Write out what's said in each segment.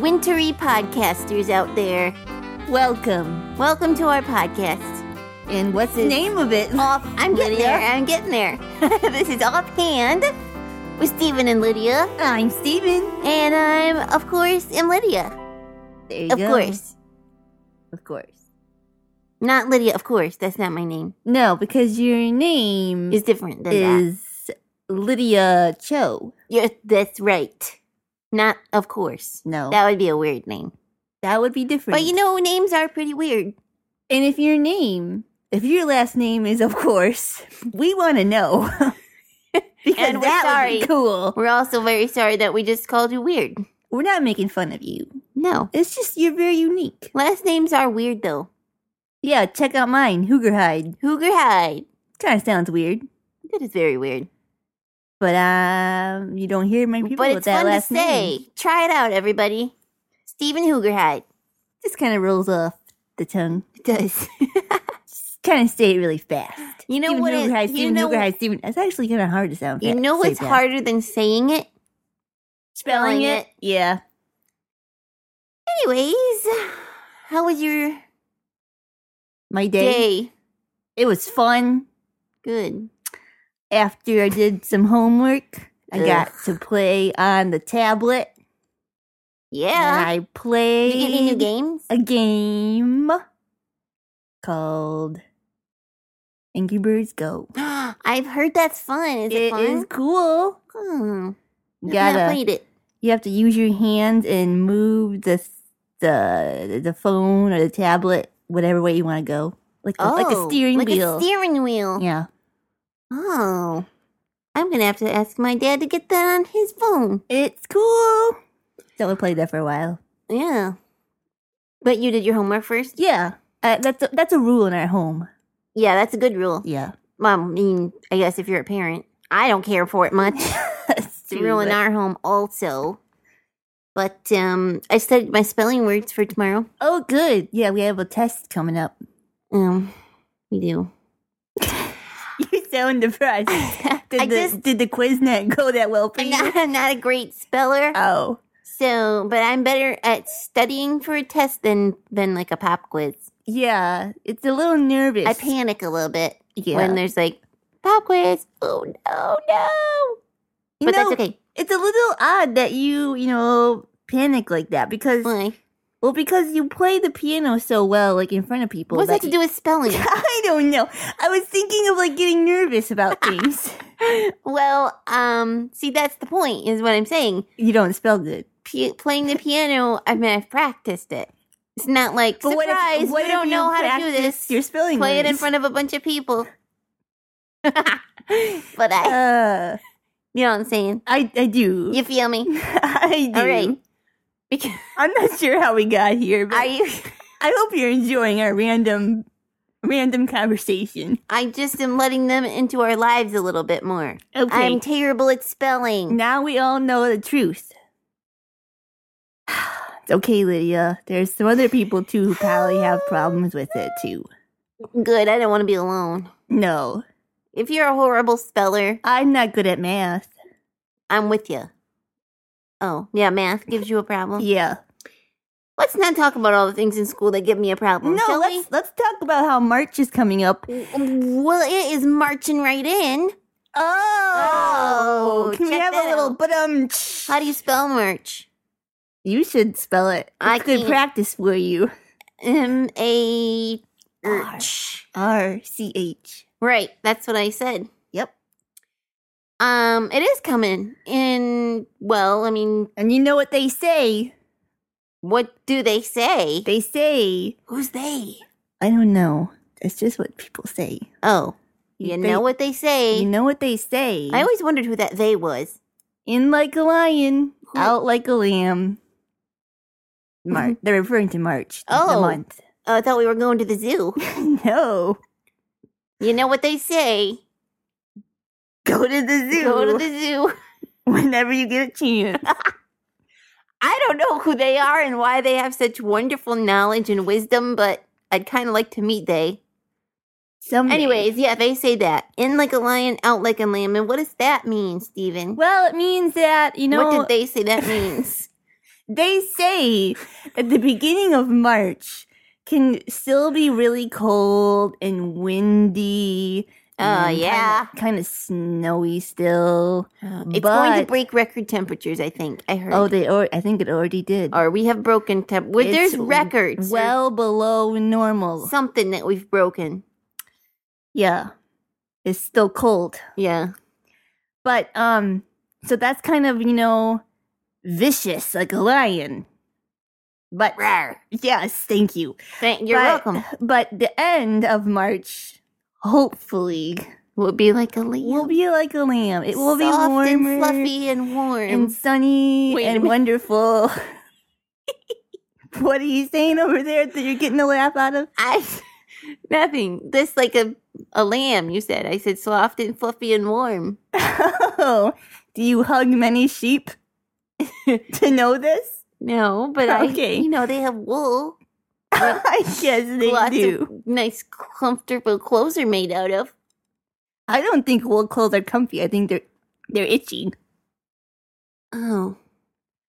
wintry podcasters out there. Welcome. Welcome to our podcast. And what's the This- name of it? Off, I'm getting Lydia? there. I'm getting there. this is Offhand with Stephen and Lydia. I'm Steven. And I'm, of course, am Lydia. There you Of go. course. Of course. Not Lydia, of course. That's not my name. No, because your name It's different than that. is Lydia Cho. Yes, that's right. Not, of course. No. That, That would be a weird name. would be different. But you know, names are pretty weird. and if your name, if your last name is of course, we want to know. because And we're that would sorry. be cool. We're also very sorry that we just called you weird. We're not making fun of you. No. It's just you're very unique. Last names are weird though. Yeah, check out mine, Hoogerhide. Hoogerhide. Kind of sounds weird, That is very weird. but um, you don't hear many people but with it's that fun to last say. name. Try it out, everybody. Stephen Hoogerhide. Just kind of rolls off the tongue. It does. Kind of say it really fast. You know Stephen what it- Hoogerhide, you Stephen know- Hoogerhide, Stephen. That's actually kind of hard to sound. you fa- know say what's fast. harder than saying it? Spelling Spelling it. it. Yeah. Anyways, how was your My day, day? It was fun. Good. After I did some homework, I Ugh. got to play on the tablet. Yeah. And I played Did you get any new games? a game called Angry Birds Go. I've heard that's fun. Is it, It fun? is cool. Hmm. You I've not gotta played it. you have to use your hands and move the the the phone or the tablet whatever way you want to go, like a, Oh, like a steering like wheel. A steering wheel. yeah, Oh. I'm gonna have to ask my dad to get that on his phone. it's cool. So we played that for a while. Yeah. But you did your homework first? Yeah, uh, that's a, that's a rule in our home. Yeah, that's a good rule. Yeah, Well, I mean, I guess if you're a parent, I don't care for it much. it's It's a rule in our home also. But um I studied my spelling words for tomorrow. Oh, good. Yeah, we have a test coming up. Um we do. You sound depressed. Did I the just- did the Quiznet go that well for I'm you? not, I'm not a great speller, oh, so but I'm better at studying for a test than than like a pop quiz. yeah. It's a little nervous. I panic a little bit Yeah. when there's like pop quiz. Oh no, no! You but know, that's okay. It's a little odd that you you know panic like that because Why? well because you play the piano so well like in front of people. What's that that to do with spelling? I don't know. I was thinking of like getting nervous about things. well, um, see, that's the point, is what I'm saying. you don't spell good. P- playing the piano, I mean, I've practiced it. It's not like But what if- surprise. you what if don't you know how to do practice this. Your spelling. Play it in words? front of a bunch of people. but I, Uh, you know what I'm saying. I I do. You feel me? I do. All right. Because I'm not sure how we got here, but are you? I hope you're enjoying our random random conversation. I just am letting them into our lives a little bit more. Okay. I'm terrible at spelling. now we all know the truth. It's okay, Lydia. There's some other people too who probably have problems with it too. Good. I don't want to be alone. No, If you're a horrible speller, I'm not good at math. I'm with you. Oh, yeah, math gives you a problem. Yeah. Let's not talk about all the things in school that give me a problem. No, shall let's let's talk about how March is coming up. we? Well, it is marching right in. Oh, can we check have that a little out. but um How do you spell march? you should spell it. It's I good can't. practice for you. M A R. R C H. Right, that's what I said. Yep. Um, it is coming in. Well, I mean, And you know what they say? what do they say? They say, Who's they? I don't know. That's just what people say. Oh, you They- know what they say. You know what they say. I always wondered who that they was. In like a lion, Who- Mm-hmm. out like a lamb. March. They're referring to March. the- the Oh. month. Oh, I thought we were going to the zoo. no. You know what they say. Go to the zoo Go to the zoo. whenever you get a chance. I don't know who they are and why they have such wonderful knowledge and wisdom, but I'd kind of like to meet they. Someday. Anyways, yeah, they say that. In like a lion, out like a lamb. And what does that mean, Steven? Well, it means that, you know, what did they say that means? they say that the beginning of March can still be really cold and windy. Oh, and yeah. kind of snowy still. It's going to But- break record temperatures, I think. I heard. Oh, they or I think it already did. or we have broken temp. Well, It's there's records. or well below normal. something that we've broken. Yeah, it's still cold. Yeah. But um, so that's kind of you know vicious like a lion. But Rawr. yes, thank you. Thank, you're But- welcome. But the end of March, hopefully, We'll be like a lamb. will be like a lamb. It will Soft be warmer and fluffy and warm. and sunny Wait. and wonderful. what are you saying over there that you're getting a laugh out of? I nothing. This like a a lamb. You said. I said soft and fluffy and warm. Oh, do you hug many sheep to know this? No, but I. Okay. You know they have wool. I guess they lots do. of nice, comfortable clothes are made out of. I don't think wool clothes are comfy. I think they're they're itchy. Oh,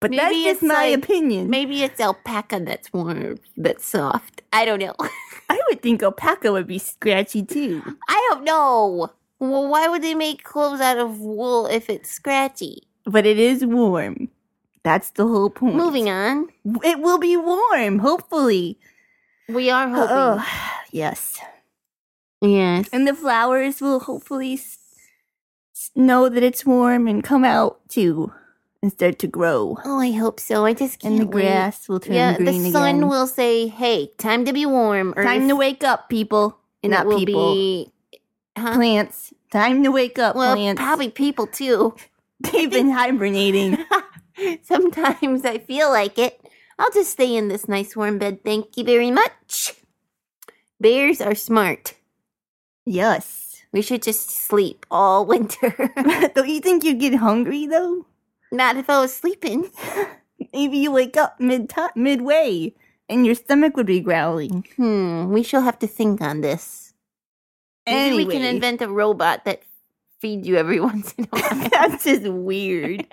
But Maybe that's it's just my like- opinion. maybe it's alpaca that's warm, that's soft. I don't know. I would think alpaca would be scratchy too. I don't know. Well, why would they make clothes out of wool if it's scratchy? But it is warm. That's the whole point. Moving on. It will be warm, hopefully. We are hoping. Oh, yes. Yes. And the flowers will hopefully s- s- know that it's warm and come out too and start to grow. Oh, I hope so. I just can't And the wait. grass will turn yeah, green the sun again. will say, "Hey, time to be warm." Earth, Time to wake up, people. and Not it will people. be huh? Plants. Time to wake up, well, plants. probably people too. They've been hibernating. Sometimes I feel like it. I'll just stay in this nice warm bed. Thank you very much. Bears are smart. Yes. We should just sleep all winter. Don't you think you'd get hungry though? Not if I was sleeping. Maybe you wake up mid ti- midway and your stomach would be growling. Hmm, we shall have to think on this. Maybe we can Anyway. invent a robot that feeds you every once in a while. That's just weird.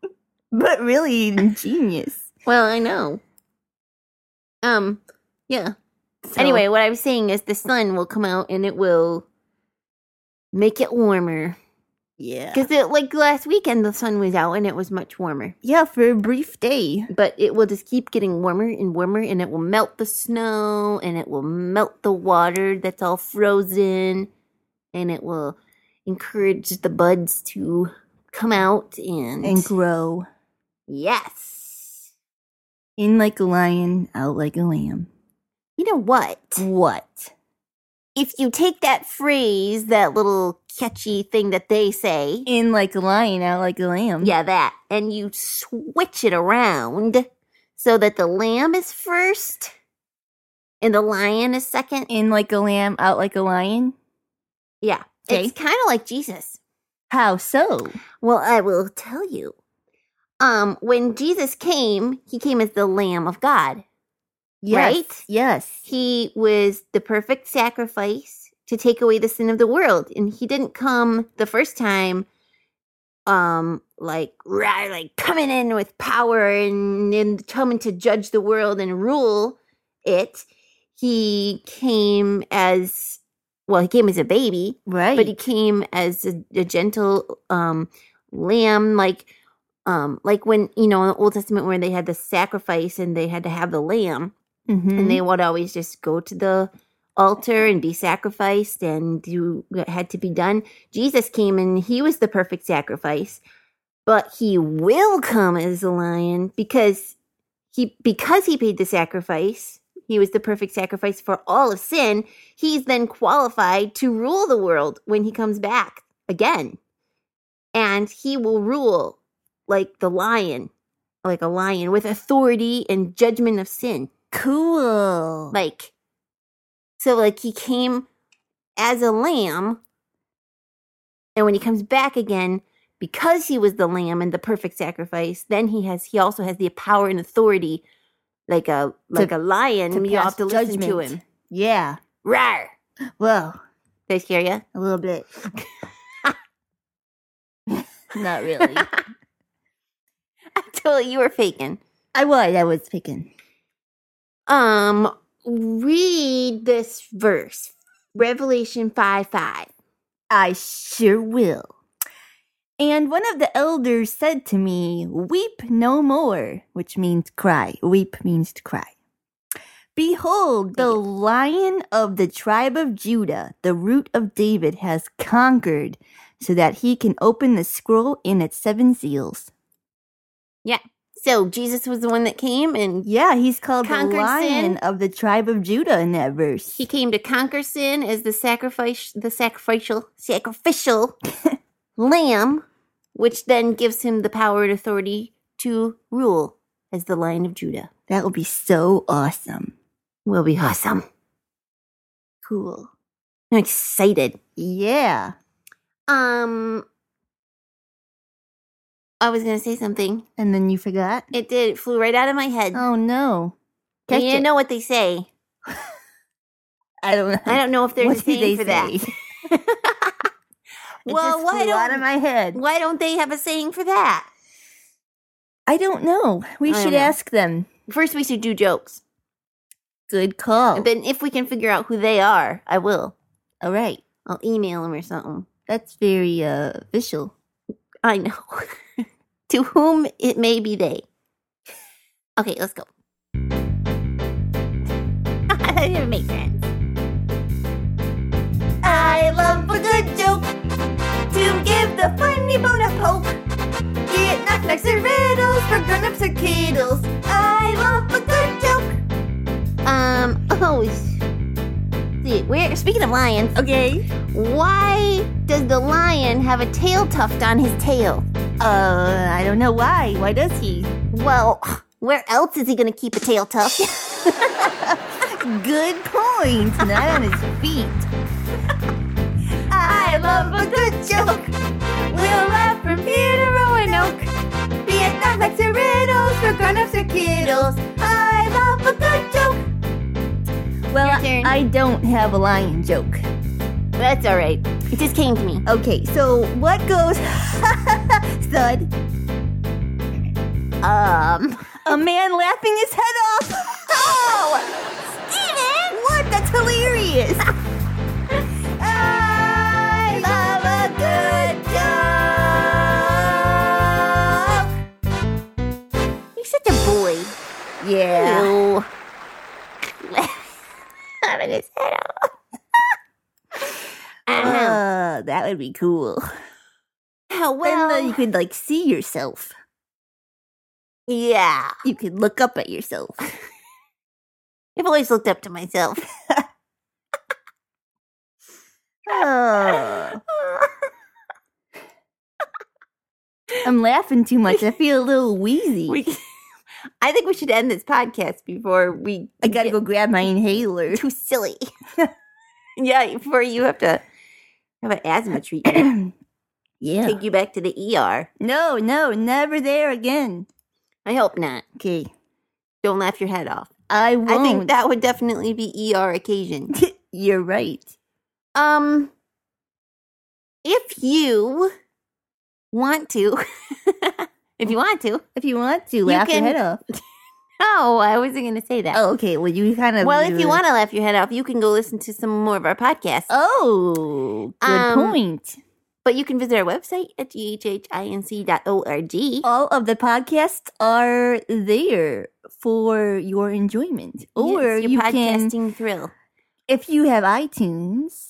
but really ingenious. well, I know. Um, yeah. So- Anyway, what I was saying is the sun will come out and it will make it warmer. Yeah. Because it like last weekend the sun was out and it was much warmer. Yeah, for a brief day. But it will just keep getting warmer and warmer and it will melt the snow and it will melt the water that's all frozen and it will encourage the buds to come out and, And grow. yes. In like a lion, out like a lamb. You know what? What? If you take that phrase, that little catchy thing that they say, In like a lion, out like a lamb. Yeah, that. And you switch it around so that the lamb is first and the lion is second. In like a lamb, out like a lion? Yeah. Okay. It's kind of like Jesus. How so? Well, I will tell you. Um, when Jesus came, he came as the lamb of God. Yes. Right? Yes. He was the perfect sacrifice to take away the sin of the world. And he didn't come the first time um like rah, like coming in with power and, and coming to judge the world and rule it. He came as well, he came as a baby, Right. but he came as a, a gentle um lamb like um like when you know in the Old Testament where they had the sacrifice and they had to have the lamb Mhm. and they would always just go to the altar and be sacrificed and do what had to be done. Jesus came and he was the perfect sacrifice, but he will come as a lion because he because he paid the sacrifice. He was the perfect sacrifice for all of sin. He's then qualified to rule the world when he comes back again. And he will rule like the lion, like a lion with authority and judgment of sin cool. like so like he came as a lamb and when he comes back again because he was the lamb and the perfect sacrifice then he has he also has the power and authority like a like a lion you pass have to listen to judgment. him Yeah. Rawr! Well, did i scare you a little bit. Not really. i told you you were faking I was. I was picking. Um, read this verse, Revelation 5 5. I sure will. And one of the elders said to me, Weep no more, which means cry. Weep means to cry. Behold, the lion of the tribe of Judah, the root of David, has conquered so that he can open the scroll in its seven seals. So Jesus was the one that came and Yeah, he's called Conquered the lion sin. of the tribe of Judah in that verse. he came to conquer sin as the sacrifice the sacrificial sacrificial lamb, which then gives him the power and authority to rule as the lion of Judah. that would be so awesome. Will be awesome. Cool. I'm excited. Yeah. Um I was gonna say something. And then you forgot? It did, it flew right out of my head. Oh no. and Catch you it. know what they say. I don't know. I don't know if there's What a do saying they for that. say? It well, just why flew out don't of my head. why don't they have a saying for that? I don't know. We I don't should know. ask them. First, we should do jokes. Good call. But if we can figure out who they are, I will. All right. I'll email them or something. That's very uh, official. I know. to whom it may be they. Okay, let's go. I didn't make friends. I love a good joke to give the funny bone a poke. Get knock-knocks and riddles for grown-ups or kiddles. I love a good joke. Um, oh, see, where, speaking of lions, Okay. why does the lion have a tail tuft on his tail? Uh, I don't know why. Why does he? Well, where else is he gonna keep a tail tuft? Good point. Not on his feet. I love a good joke. We'll laugh from here to Roanoke. Be it knock-knocks or riddles for grown-ups or kiddles. I love a good joke. Well, Your turn. I don't have a lion joke. That's alright. It just came to me. Okay, so what goes thud? Um, A man laughing his head off. Oh, Steven! What? That's hilarious. I love a good joke. you're such a bully. Yeah. Ew. Having his head off. Uh, Uh, that would be cool. oh, Well, well, you could like see yourself. yeah. You could look up at yourself. I've always looked up to myself. Oh, I'm laughing too much. I feel a little wheezy. we, I think we should end this podcast before we I gotta go grab my inhaler. too silly. yeah, before you have to have an asthma treatment, yeah. take you back to the ER. No, no, never there again. I hope not. Okay. Don't laugh your head off. I won't. I think that would definitely be ER occasion. You're right. Um, if you want to, if you want to, If you want to, laugh can- your head off. no, I wasn't going to say that. Oh, okay. Well, you kind of. well, if you want to laugh your head off, you can go listen to some more of our podcasts. Oh, good Um, point. But you can visit our website at ghhinc.org. All of the podcasts are there for your enjoyment. Or Yes, your you podcasting can, thrill. if you have iTunes,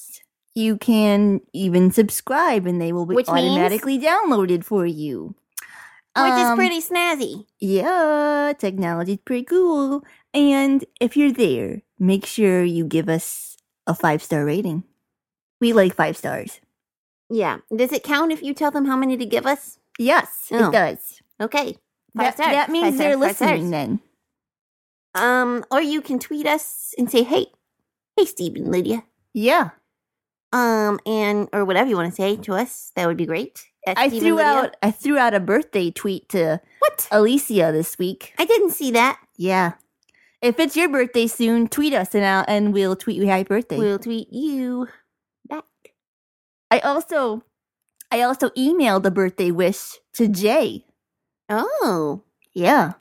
you can even subscribe and they will be Which means- automatically downloaded for you. Which is Um, pretty snazzy. Yeah, technology's pretty cool. And if you're there, make sure you give us a five star rating. We like five stars. Yeah. Does it count if you tell them how many to give us? Yes, Oh, it does. Okay. That, Five stars. that means Five they're stars, five stars. listening then. Um, or you can tweet us and say, "Hey, hey, Steve and Lydia," Yeah. um, and or whatever you want to say to us. That would be great. At I Steve and threw Lydia. out I threw out a birthday tweet to what? Alicia this week. I didn't see that. Yeah. If it's your birthday soon, tweet us and I'll, and we'll tweet you happy birthday. We'll tweet you. I also I also emailed a birthday wish to Jay. Oh, Yeah.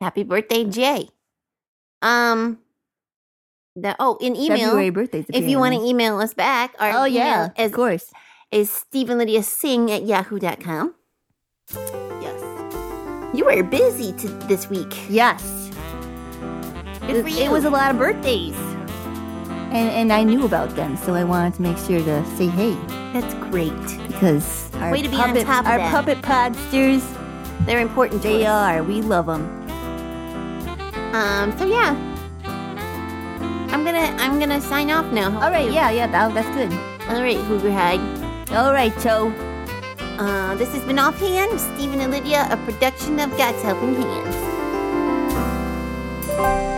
Happy birthday, Jay. Um, the oh, in email. February birthdays. If you want to email us back, our Oh, email yeah. is, of course. is Stephen Lydia Sing at yahoo.com. Yes. You were busy t- this week. Yes. Good for it, you. it was a lot of birthdays. And, and I knew about them, so I wanted to make sure to say hey That's great. because our Way to be on puppet, top of our that. puppet podsters, They're important to they us. are. We love them. Um, so yeah. I'm gonna I'm gonna sign off now. All right, yeah, yeah, that, that's good. All right, Hoover Hag. All right, Cho. Uh, this has been Offhand, Stephen and Lydia, a production of God's Helping Hands.